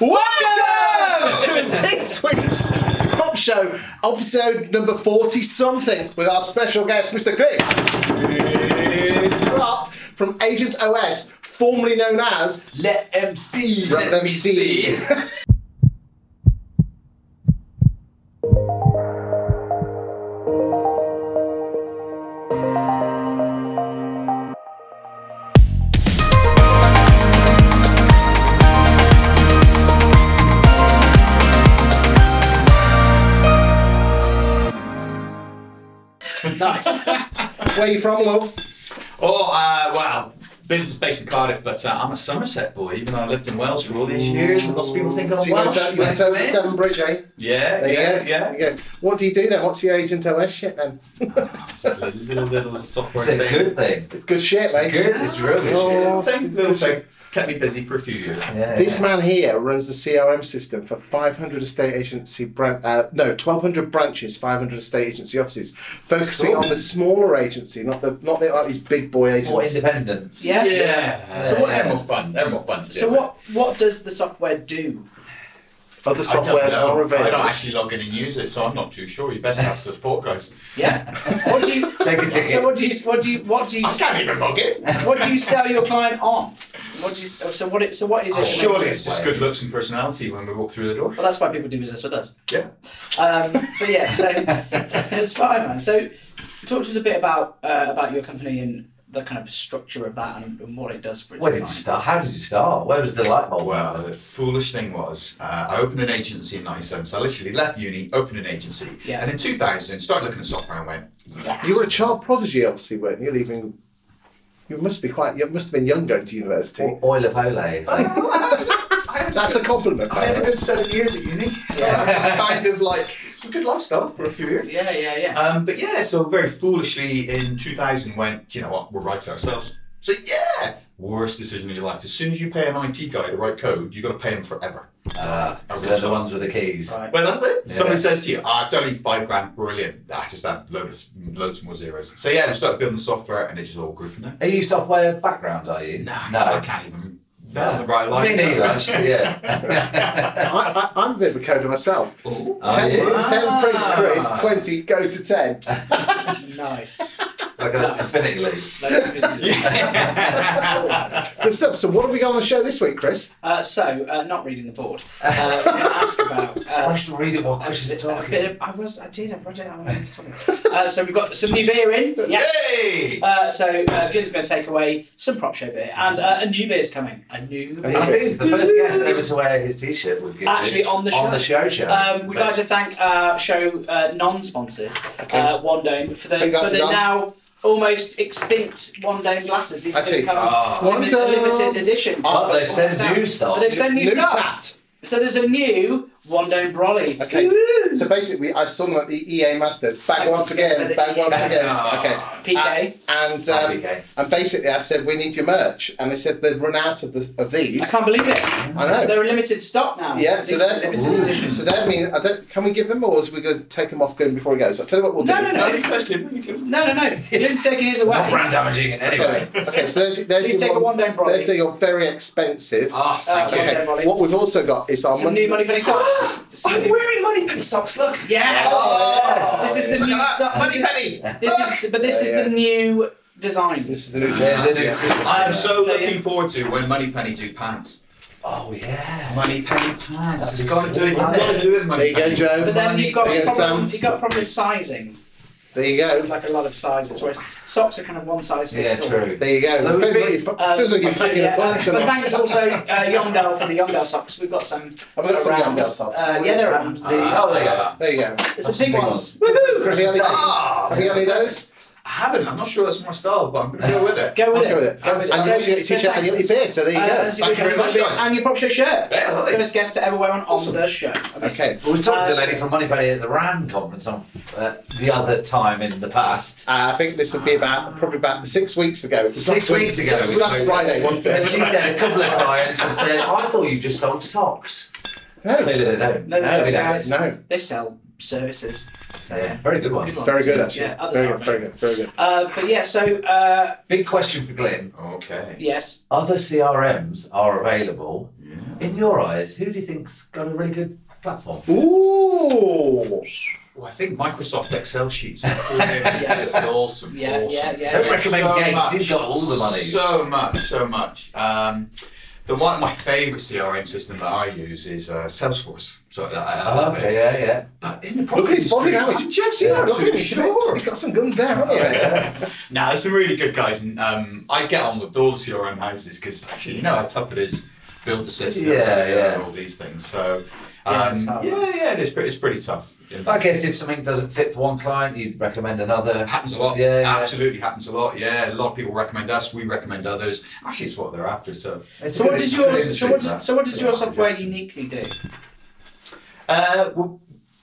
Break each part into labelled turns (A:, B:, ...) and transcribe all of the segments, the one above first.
A: Welcome to this week's Pop Show, episode number 40 something, with our special guest, Mr. Greg Pratt from Agent OS, formerly known as
B: Let MC.
A: Let Them See. nice. Where you from, love?
B: Oh, uh, wow. Business based in Cardiff, but uh, I'm a Somerset boy, even though I lived in Wales for all these years, and lots of people think I'm
A: So you went
B: Welsh.
A: to, you went over
B: mate.
A: Seven Bridge, eh?
B: Yeah,
A: There you
B: yeah,
A: go.
B: yeah.
A: There you go. What do you do then? What's your Agent OS shit then?
B: It's just a little, little software
C: It's a
B: thing.
C: good thing.
A: It's good shit, mate.
C: Good. It's rubbish.
B: Just a
A: Oh.
B: little thing, little thing. Kept me busy for a few years.
C: Yeah.
A: This man here runs the CRM system for 500 estate agency bran- uh, no 1200 branches, 500 estate agency offices, focusing
C: Cool.
A: on the smaller agency, not the not the like these big boy
C: More
A: agents.
C: independence.
D: Yeah.
B: Yeah. So what?
C: Yeah.
B: Everyone's fun. Everyone's fun. To
D: So
B: do.
D: what what does the software do?
A: Other
B: I don't
A: softwares are
B: know. I don't
A: available.
B: actually log in and use it, so I'm not too sure. You best ask the support guys.
D: Yeah. What do you
C: Take a ticket.
D: So what do you what do you what do you
B: I can't even log in.
D: what do you sell your client on? What do you so what it so what is
B: Oh,
D: it?
B: surely it's just good looks and personality when we walk through the door.
D: Well that's why people do business with us.
B: Yeah.
D: Um, but yeah, so it's fine man. So talk to us a bit about uh, about your company and the kind of structure of that and, and what it does for its
C: Where did you
D: clients.
C: start? How did you start? Where was the light bulb?
B: Well, the foolish thing was, uh, I opened an agency in 97. So I literally left uni, opened an agency.
D: Yeah.
B: And in 2000, started looking at software and went,
D: Yeah.
A: You were a child prodigy, obviously, weren't you? Leaving, you must be quite. You must have been young going to university.
C: O- Oil of Olay.
A: That's a compliment.
B: I
A: by
B: had
A: the
B: a
A: way.
B: good seven years at uni.
D: Yeah.
B: kind of like, it's a good lifestyle for a few years.
D: yeah, yeah,
C: Uh,
D: yeah.
B: Um, but yeah, so very foolishly in 2000 went, "Do you know what, we'll write it ourselves. So yeah, worst decision in your life. As soon as you pay an IT guy to write code, you've got to pay him forever.
C: Ah, so they're the ones with the keys.
D: Right.
B: Well, that's it.
C: Yeah.
B: Somebody says to you, ah, it's only five grand, brilliant. I just add loads, loads more zeros. So yeah, we started building the software and it just all grew from there.
C: Are you software background? Are you?
B: No, I
C: No.
B: can't even.
C: No.
B: No, right line.
C: Me neither. actually,
A: I,
C: Yeah.
A: I, I'm a bit of a coder myself.
B: Ooh.
C: Are
A: Ten,
C: you?
A: ten print
D: Ah.
A: Chris, twenty go to ten.
D: nice.
C: Like an infinity loop.
D: Loads of businesses.
A: Good stuff. So, what have we got on the show this week, Chris?
D: Uh, so, uh, not reading the board. Uh, I'm gonna ask about. Uh,
C: Supposed to read it while
D: a
C: Chris
D: bit-
C: is
D: a
C: talking.
D: bit of- I was. I did. I read it. out when I was talking. Uh, so we've got some new beer in. Yes.
B: Yay!
D: Uh, so uh, Glenn's going to take away some prop show beer, and uh, a new beer's coming. A new
A: new
C: I
D: beer.
C: think the first guest ever to wear his t-shirt was good.
D: Actually, on the
C: On
D: show.
C: the show show.
D: Um, we'd like to thank our show uh, non-sponsors, uh, One Dome, for the
A: Big
D: for
A: glasses
D: the
A: on.
D: now almost extinct One Dome glasses. These
A: Actually,
D: have become
B: ah.
A: One
D: limited,
A: Dome.
D: limited edition.
A: Oh.
C: uh, but they've
D: But
C: said new stuff.
D: they've sent new
A: New
D: stuff.
A: tat.
D: So there's a new One Dome Brolly.
A: Okay.
D: Woo!
A: So basically, I saw them at the EA Masters. Back
D: Back
A: once again.
D: together,
A: Back
D: yeah.
A: once again.
B: Ah.
A: Okay. Uh,
D: PK.
A: And
C: Hi,
A: um,
C: PK.
A: and basically, I said we need your merch, and they said they've run out of the of
D: I
A: these.
D: can't believe it.
A: I know.
D: They're in limited stock now.
A: Yeah. So
D: These are
A: they're
D: limited edition.
A: so that means I don't. Can we give them, or is we going to take them off Glenn before he goes? I tell you what we'll
D: No,
A: do.
D: no,
B: No, you guys can, you can.
D: No, no, no. Glenn's taking his away.
C: Not brand damaging in any way.
A: Okay. okay. So there's there's
D: Please
A: your
D: take a one down, Brolly.
A: There's your very expensive.
B: Ah,
D: Uh,
B: thank you.
D: one
A: okay.
D: down, Brolly.
A: What we've also got is our
D: Some new money penny socks. Some
B: I'm
D: new-
B: wearing money penny socks. Look.
D: Yes.
B: Oh,
D: This is the
B: look
D: new
B: at that,
D: stuff.
B: Money penny.
D: This is, but this
A: Yeah,
D: is
A: yeah.
D: the new design.
A: This is the new.
C: Yeah, they do.
B: I am so
D: So,
B: looking
D: yeah.
B: forward to when Money Penny do pants.
C: Oh yeah.
B: Money Penny pants. It's got to
C: That'd be
B: do it. You've
C: cool.
B: got to do it,
A: There
B: Money
A: you go,
B: Penny.
A: Joe.
D: But then
B: Money
D: you've got a
A: penny
D: problem.
A: socks.
D: You've got a problem with sizing.
A: There you
D: There's
A: go.
D: like a lot of sizes, whereas socks are kind of one size
C: Yeah,
D: fits all.
C: true.
A: There you go.
C: Those
A: Depends
C: big-
A: what you-
D: Um,
A: depends what you're packing
D: yeah,
A: a
D: uh,
A: bunch or
D: but
A: not.
D: thanks also uh, Yondell for the Yondell socks. We've got some.
A: I've got some
D: around.
A: Yondell socks.
D: Uh, yeah, they're around.
C: Oh, there you go.
A: There you go.
D: It's
C: That's
D: the big
C: big
D: ones. Woohoo!
A: Chris, have you had any-
B: Ah,
A: have you had any of those?
B: I haven't. I'm not sure that's my style, but I'm going to go with it.
D: Go with
A: I'll
D: it.
A: go with it.
D: Go with
A: And you also get your
D: So
A: t-shirt and your
D: thanks.
A: beer, so there you
D: Uh,
A: go.
D: as you
B: Thank you
D: become
B: very much,
D: a bit-
B: guys.
D: And your prop show shirt.
B: Yeah, lovely.
D: First guest to ever wear one on
B: Awesome.
D: the show.
A: Okay.
C: Well, we talked to
D: Uh,
C: a lady from Money Penny at the RAN conference on uh, the other time in the past.
A: Uh, I think this would be about probably about six weeks ago. It was
C: Six
A: last week-
C: weeks ago
A: It was
C: we
A: last
C: spoke.
A: Friday, wasn't
C: And
A: it?
C: she said a couple of clients and said, I thought you just sold socks.
A: No,
C: Clearly they don't.
D: No, they don't.
C: we don't.
A: no.
D: They sell services. So
C: Yeah,
D: yeah.
C: very good ones.
D: Good one.
A: Very good, actually.
D: Yeah, others
A: very
D: are
A: good, very good, very good.
D: Uh, but yeah, so uh,
C: Big question for Glenn.
B: Okay.
D: yes,
C: Other CRMs are available. In your eyes, who do you think's got a really good platform?
A: Ooh.
B: Well, I think Microsoft Excel sheets are yes. awesome.
D: Yeah,
B: awesome.
D: yeah, yeah.
C: Don't
B: There's
C: recommend Gates,
B: much,
C: he's got all the money.
B: So much, so much. Um, the one, my favourite CRM system that I use is uh, Salesforce. So I, I love
C: okay,
B: it.
C: yeah, yeah.
B: But in the
A: Look
B: property
A: at his body
B: industry,
A: language.
B: I'm just
A: Yeah,
B: not
A: look
B: too
A: at him.
B: sure.
A: He's got some guns there,
D: Oh,
A: haven't he?
B: Now, there's some really good guys, and um, I get on with all the CRM houses because actually, you know how tough it is build the system,
C: Yeah, yeah.
B: all these things. So,
D: Yeah,
B: um,
D: it's
B: yeah,
D: hard.
B: yeah, it is pretty, it's pretty tough.
C: I guess if something doesn't fit for one client, you'd recommend another.
B: happens a lot.
C: Yeah, yeah.
B: absolutely happens a lot. Yeah, a lot of people recommend us. We recommend others. Actually, it's what they're after. So,
C: It's a
D: So what
C: good
D: does
C: in-
D: your
C: good
D: so
C: industry
D: what
C: for that.
D: does, so what does your
B: Yeah.
D: software uniquely do?
B: uh, well,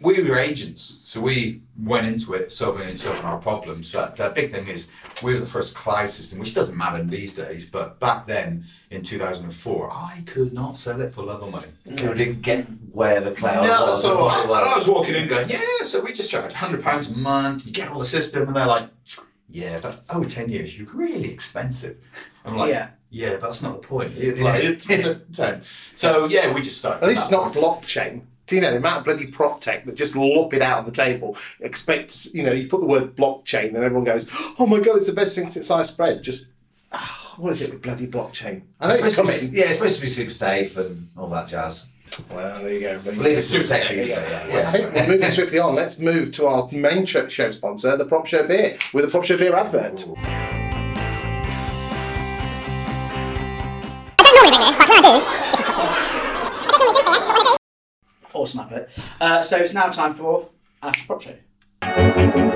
B: we were agents, so we went into it solving solving our problems. But the big thing is we were the first cloud system, which doesn't matter these days. But back then, in two thousand and four, I could not sell it for love or money.
C: People didn't get where the cloud
B: No,
C: was. and
B: so
C: what
B: I,
C: it
B: I
C: was.
B: was walking in going, yeah, so we just charge £100 a month, you get all the system, and they're like, yeah, but over 10 years, you're really expensive. I'm like,
D: Yeah.
B: yeah, but that's not the point. It- like, it's, it's a 10. So, yeah, we just started.
A: At least it's
B: from
A: not
B: that
A: blockchain. Do you know the amount of bloody prop tech that just lop it out on the table? Expect you know you put the word blockchain and everyone goes, oh my god, it's the best thing since sliced bread. Just ah, what is it with bloody blockchain? I know it's
C: supposed to
A: coming.
C: be, yeah, it's supposed to be super safe and all that jazz.
A: Well, there you go. There you
C: Leave it to
B: Super
C: the
B: safe,
C: techies.
B: yeah,
A: I think we're moving swiftly on. Let's move to our main ch- show sponsor, the Prop Show Beer, with a Prop Show Beer advert.
D: Awesome advert. Uh, so it's now time for Ask Prop Show.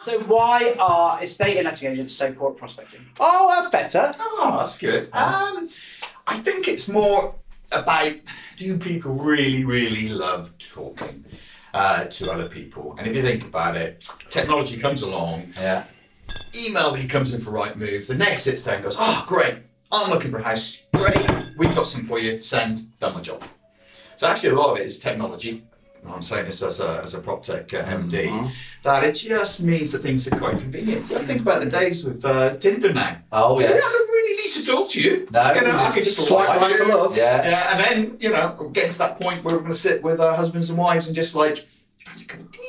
D: So why are estate and letting agents so poor at prospecting?
A: Oh, that's better.
B: Oh, that's good. Um, I think it's more about do people really, really love talking uh, to other people? And if you think about it, technology comes along
C: Yeah.
B: email me comes in for right move. The next sits there and goes, oh great, I'm looking for a house. Great, we've got some for you. Send, done my job. So actually, a lot of it is technology. And I'm saying this as a, as a prop tech uh, MD, that it just means that things are quite convenient. I think about the days with uh, Tinder now.
C: Oh
B: Yeah, I
C: yes.
B: don't really need to talk to you.
C: No,
B: you know,
C: we
B: I
C: just
B: can just
A: swipe
B: like
A: right
B: you.
A: for love.
C: Yeah.
B: Yeah, and then you know, we're getting to that point where we're going to sit with our husbands and wives and just like, "Do you fancy a cup of tea?"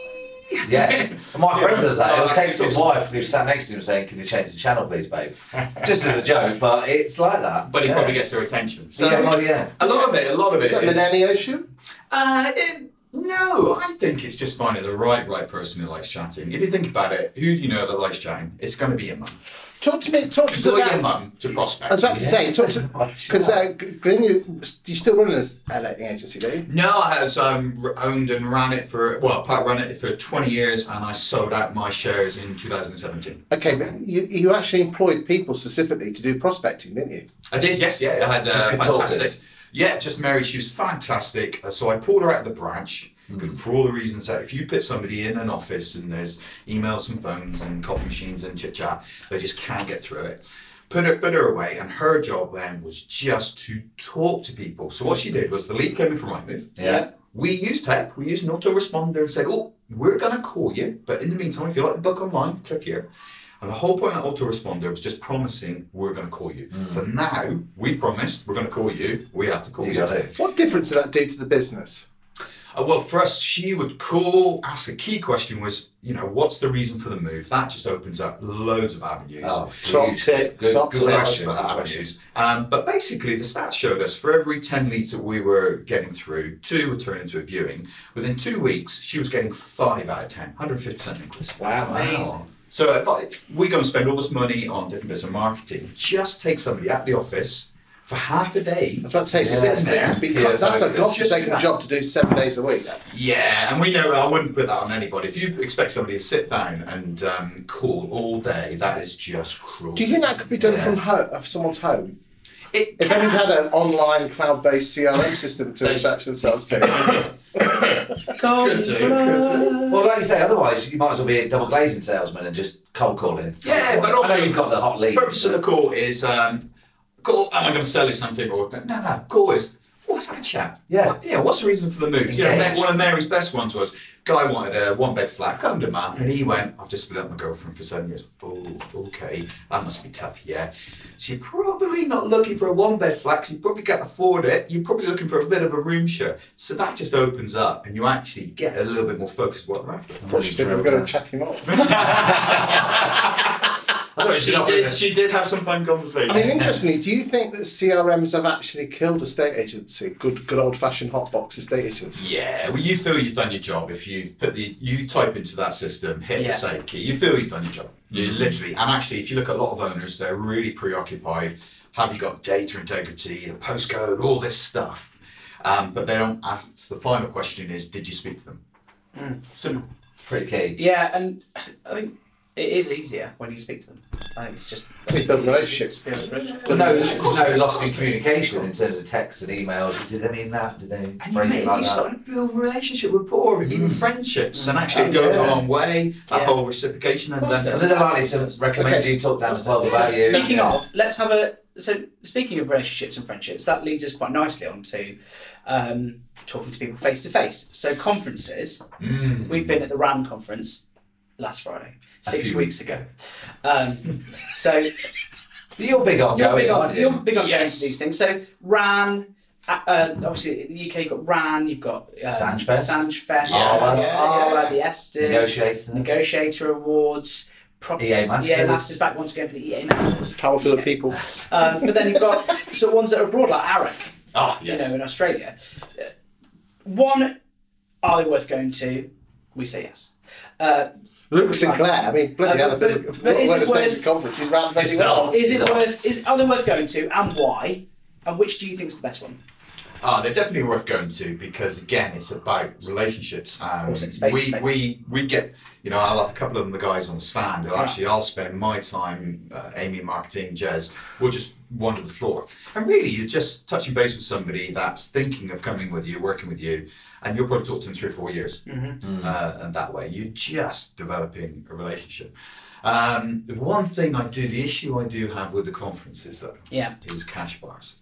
C: Yes. And my friend does that.
B: Yeah.
C: He'll text his wife who sat next to him saying, Can you change the channel, please, babe? Just as a joke, but it's like that.
B: But it
C: yeah.
B: probably gets their attention. So
C: yeah, well, yeah.
B: a lot of it, a lot of it
A: Is that
B: is-
A: Millennial shoe?
B: Uh, it, no, I think it's just finding the right, right person who likes chatting. If you think about it, who do you know that likes chatting? It's going to be your mum.
A: Talk to me. Talk to us
B: Employ your
A: about.
B: mum to prospect.
A: I was about to say, talk to because
C: Yeah.
A: uh, Glenn, you you still run an letting agency, do you?
B: no, I have um, r- owned and ran it for well, part ran it for twenty years, and I sold out my shares in two thousand and seventeen.
A: Okay, but you, you actually employed people specifically to do prospecting, didn't you?
B: I did, yes, yeah, I had
C: Just
B: uh,
C: good
B: fantastic.
C: talkers.
B: Yeah, just Mary, she was fantastic. Uh, So I pulled her out of the branch.
C: Mm-hmm.
B: good For all the reasons that if you put somebody in an office and there's emails and phones and coffee machines and chit chat, they just can't get through it. Put her, put her away, and her job then was just to talk to people. So what she did was the lead came in from iMove.
C: Yeah.
B: We used tech, we used an autoresponder and said, oh, we're going to call you, but in the meantime, if you like the book online, click here. And the whole point of autoresponder was just promising we're going to call you.
C: Mm.
B: So now we've promised we're going to call you, we have to call
C: You
B: you.
C: got it.
A: What difference did that do to the business?
B: Uh, well, for us, she would call, ask a key question was, you know, what's the reason for the move? That just opens up loads of avenues.
C: Oh,
A: Top
C: huge.
A: tip,
C: Good,
A: top
C: good
A: tip.
C: question.
B: About
C: good question.
B: avenues. Um, but basically, the stats showed us for every 10 leads that we were getting through, two were turning into a viewing. Within two weeks, she was getting five out of 10, 150% increase.
A: Wow.
D: Amazing.
B: So if I, we go and spend all this money on different bits of marketing, just take somebody at the office for half a day.
A: I was about to say,
B: Yeah.
A: sitting there,
B: Yeah.
A: because
C: Yeah,
A: that's a
C: focus.
A: godforsaken
B: Just-
A: job to do seven days a week.
B: Yeah, and we know I wouldn't put that on anybody. If you expect somebody to sit down and um, call all day, that is just cruel.
A: Do you think that could be done
C: Yeah.
A: from home, uh, someone's home?
B: It
A: If
B: can-
A: anyone had an online cloud-based CRM system to attach themselves to,
D: Cold
B: do,
D: blood.
C: Well, like you say, otherwise you might as well be a double glazing salesman and just cold calling.
B: Yeah, but
C: I
B: also-
C: know you've got the hot lead.
B: purpose of the call is um, call. Am I going to sell you something or no? No, call is what's that chat?
C: Yeah.
B: What- yeah, what's the reason for the move? You know,
C: Engaged.
B: Ma- one of Mary's best ones was guy wanted a one bed flat, come to map, and he went, I've just split up my girlfriend for seven years. Oh, okay, that must be tough, yeah. So you're probably not looking for a one bed flat 'cause you probably can't afford it. You're probably looking for a bit of a room share. So that just opens up and you actually get a little bit more focused what they're after.
A: Thought she said we were going to chat him up. I
B: But Oh, she,
C: lovely,
B: did,
C: isn't
B: she did have some fun conversations.
A: mean, interestingly, do you think that CRMs have actually killed estate agency? Good, good old fashioned hot box estate agency.
B: Yeah, well, you feel you've done your job if you've put the you type into that system, hit
D: Yeah.
B: the save key. You feel you've done your job. You literally, and actually, if you look at a lot of owners, they're really preoccupied. Have you got data integrity, the postcode, all this stuff? Um, but they don't ask the final question: is did you speak to them? Simple.
C: Pretty key.
D: Yeah, and I think it is easier when you speak to them. I think it's just
A: We build relationships.
C: But no, there's no lost in communication in terms of texts and emails. Did they mean that? Did they
B: And you,
C: phrase
B: make,
C: it
B: you
C: like that?
B: start to build relationship rapport, even friendships, and actually
A: Oh,
B: it goes
A: yeah.
B: a long way. That
D: Yeah.
B: whole reciprocation, and then
C: And then they're likely to recommend
A: Okay.
C: you talk down as well about you.
D: Speaking of, let's have a so speaking of relationships and friendships, that leads us quite nicely on to um, talking to people face to face. So conferences,
B: Mm.
D: we've been at the RAM conference last Friday,
B: A
D: six
B: few
D: weeks ago. Um, so
C: But you're big on
D: you're
C: going,
D: big on
C: aren't
D: you're
C: you?
D: big on getting
B: Yes.
D: to these things. So RAN, uh, uh, obviously in the UK you've got RAN, you've got um,
C: Sanjfest.
D: Sanjfest,
C: Yeah,
D: Arwa,
B: yeah,
D: Arwa,
B: yeah.
D: the Estes,
C: Negotiator.
D: Negotiator Awards, Property, E
C: EA Masters.
D: Masters back once again for the EA Masters.
A: Powerful of people.
D: Um, but then you've got sort of ones that are abroad, like ARAC,
B: Ah,
D: you know,
B: yes.
D: in Australia. Uh, One, are they worth going to? We say yes. Uh,
A: Luke Sinclair. I mean, bloody
D: Uh,
A: hell, if
D: but-
A: there's a
D: but is
A: when
D: it
A: a state
D: worth-
A: conference, he's round bloody
C: It's
A: well.
C: not.
D: is it
C: Yeah.
D: worth? Is are they worth going to, and why? And which do you think is the best one?
B: Ah, they're definitely worth going to because again, it's about relationships. Um,
D: Awesome, it's face to
B: we
D: face.
B: we we get you know I'll have a couple of them, the guys on the stand. and
D: Yeah.
B: Actually, I'll spend my time, uh, Amy, marketing, Jez. We'll just wander the floor, and really, you're just touching base with somebody that's thinking of coming with you, working with you, and you'll probably talk to them three or four years,
D: Mm-hmm.
A: Mm.
B: uh, and that way you're just developing a relationship. Um, the one thing I do, the issue I do have with the conferences though,
D: Yeah.
B: is cash bars.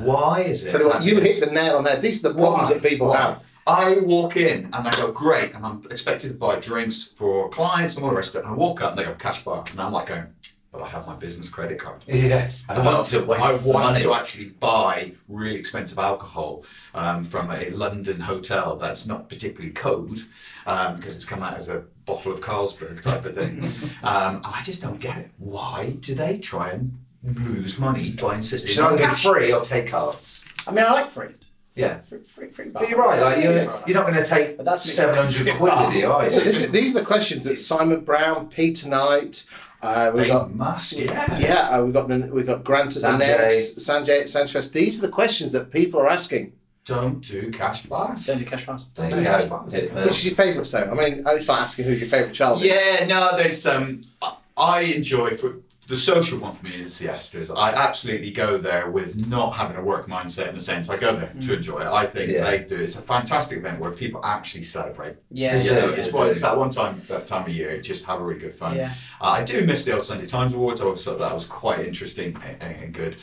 B: Why is it?
A: Uh, Tell you what,
B: that
A: you
B: it's-
A: hit the nail on the head. These are the problems
B: Why?
A: that people
B: Why?
A: have.
B: I walk in and I go, great, and I'm expected to buy drinks for clients and all the rest of it. And I walk up and they go, cash bar. And I'm like going, but I have my business credit card.
C: Yeah. I want to waste
B: I
C: some
B: want
C: money.
B: to actually buy really expensive alcohol um, from a London hotel that's not particularly code um, because it's come out as a bottle of Carlsberg type of thing. um, I just don't get it. Why do they try and lose money by insisting
C: Should
B: on
C: I be
B: cash?
C: free or take cards?
D: I mean, I like free.
C: Yeah.
D: Free, free, free
C: But you're right, like
D: Yeah,
C: you're,
D: yeah.
C: you're not going to take
D: But that's an
C: 700
D: expensive
C: quid
D: bar.
C: with you, are you?
A: So this is, these are the questions that Simon Brown, Peter Knight, uh, we
B: They
A: got
B: must, yeah.
A: yeah, uh, we got the, we got Grant at the
C: Sanjay.
A: next, Sanjay at Sanchez. These are the questions that people are asking.
B: Don't do cash bars.
D: Don't do cash bars.
C: there you
B: Yeah.
C: go. Hit the-
A: Which is your favourites though? I mean, it's like asking who your favourite child is.
B: Yeah, no, there's um, I- I enjoy for the social one for me is the Esters. I absolutely go there with not having a work mindset in a sense. I go there to enjoy it. I think
C: Mm. Yeah.
B: they do. It's a fantastic event where people actually celebrate.
D: Yeah.
B: You know,
C: yeah,
B: it's,
C: they
B: one,
C: do.
B: it's that one time that time of year. Just have a really good fun.
D: Yeah.
B: Uh, I do miss the old Sunday Times Awards. I always thought that was quite interesting a- a- and, good.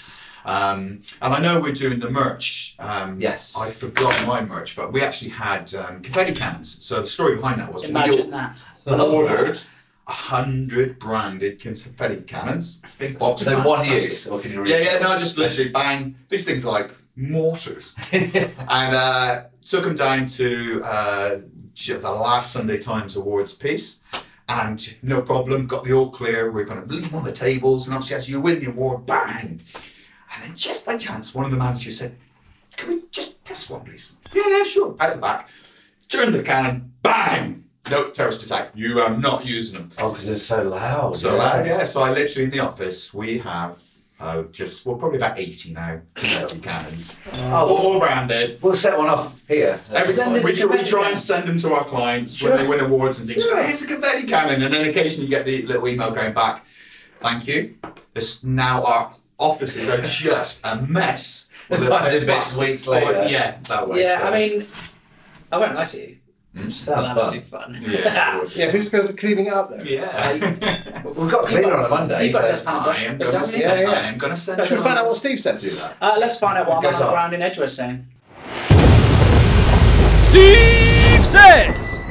B: Um, and I know we're doing the merch. Um,
C: Yes.
B: I forgot my merch, but we actually had um, confetti cans. So the story behind that was we all-
D: Imagine that.
B: ordered a hundred branded confetti cannons, big box.
C: So one
B: fantastic.
C: use, or can you
B: Yeah, yeah,
C: refill?
B: no, just literally bang. These things are like mortars, and uh, took them down to uh, ju- the last Sunday Times Awards piece. And no problem, got the all clear. We're going to leave them on the tables, and obviously, as you win the award, bang! And then just by chance, one of the managers said, "Can we just test one, please?" Yeah, yeah, sure. Out the back, turn the cannon, bang! No terrorist attack. You are not using them.
C: Oh, because it's so loud.
B: So uh, yeah, so I literally in the office we have uh, just well probably about eighty now confetti cannons,
C: Oh, we'll-
B: all branded.
C: We'll set one off here.
B: Every
D: Send
B: time
D: us
B: we,
D: the
B: tr- we
D: confetti
B: try and
D: cannon.
B: send them to our clients when they
D: Sure.
B: win awards and things. "Look, here's a confetti cannon, and then occasionally you get the little email going back, "Thank you." This now our offices are just a mess.
C: Funded bits weeks later.
B: Oh, yeah, that way.
D: Yeah,
B: so.
D: I mean, I won't lie to you. So
C: Hmm? That's
D: that'll be fun.
B: Yeah, it's
A: Yeah, who's going to be cleaning it up then?
B: Yeah.
C: We've got a cleaner on a Monday.
D: You've got
C: so-
D: just-
B: I am
D: But
B: gonna
D: don't we-
B: send.
A: Yeah, yeah.
B: I am gonna send.
A: Should we
B: her
A: find out
B: on.
A: what Steve said?
B: Do that.
D: uh, let's find out what
C: Go
D: Miles
C: on.
D: Brown in Edgeworth is saying.
E: Steve says.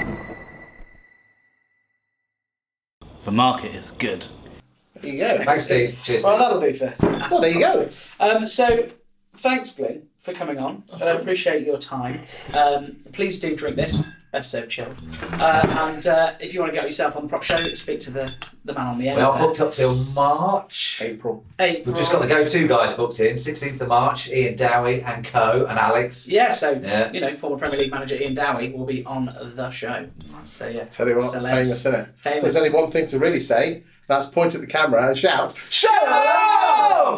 E: The market is good.
A: There you go.
C: Thanks, Steve. Cheers.
D: Well,
C: Steve.
D: that'll do for.
A: Well, there you go.
D: Um, so, thanks, Glyn, for coming on. I appreciate your time. Um, please do drink this. Best so chill. Uh, and uh, if you want to get yourself on the prop show, speak to the, the man on the air.
C: We are booked up till March.
A: April.
D: April.
C: We've just got the go-to guys booked in. 16th of March, Ian Dowie and co. and Alex.
D: Yeah, so
C: Yeah.
D: you know, former Premier League manager Ian Dowie will be on the show. So yeah,
A: Tell you what,
D: Celebs.
A: famous, isn't it?
D: Famous.
A: There's only one thing to really say. That's point at the camera and shout, "Shout!"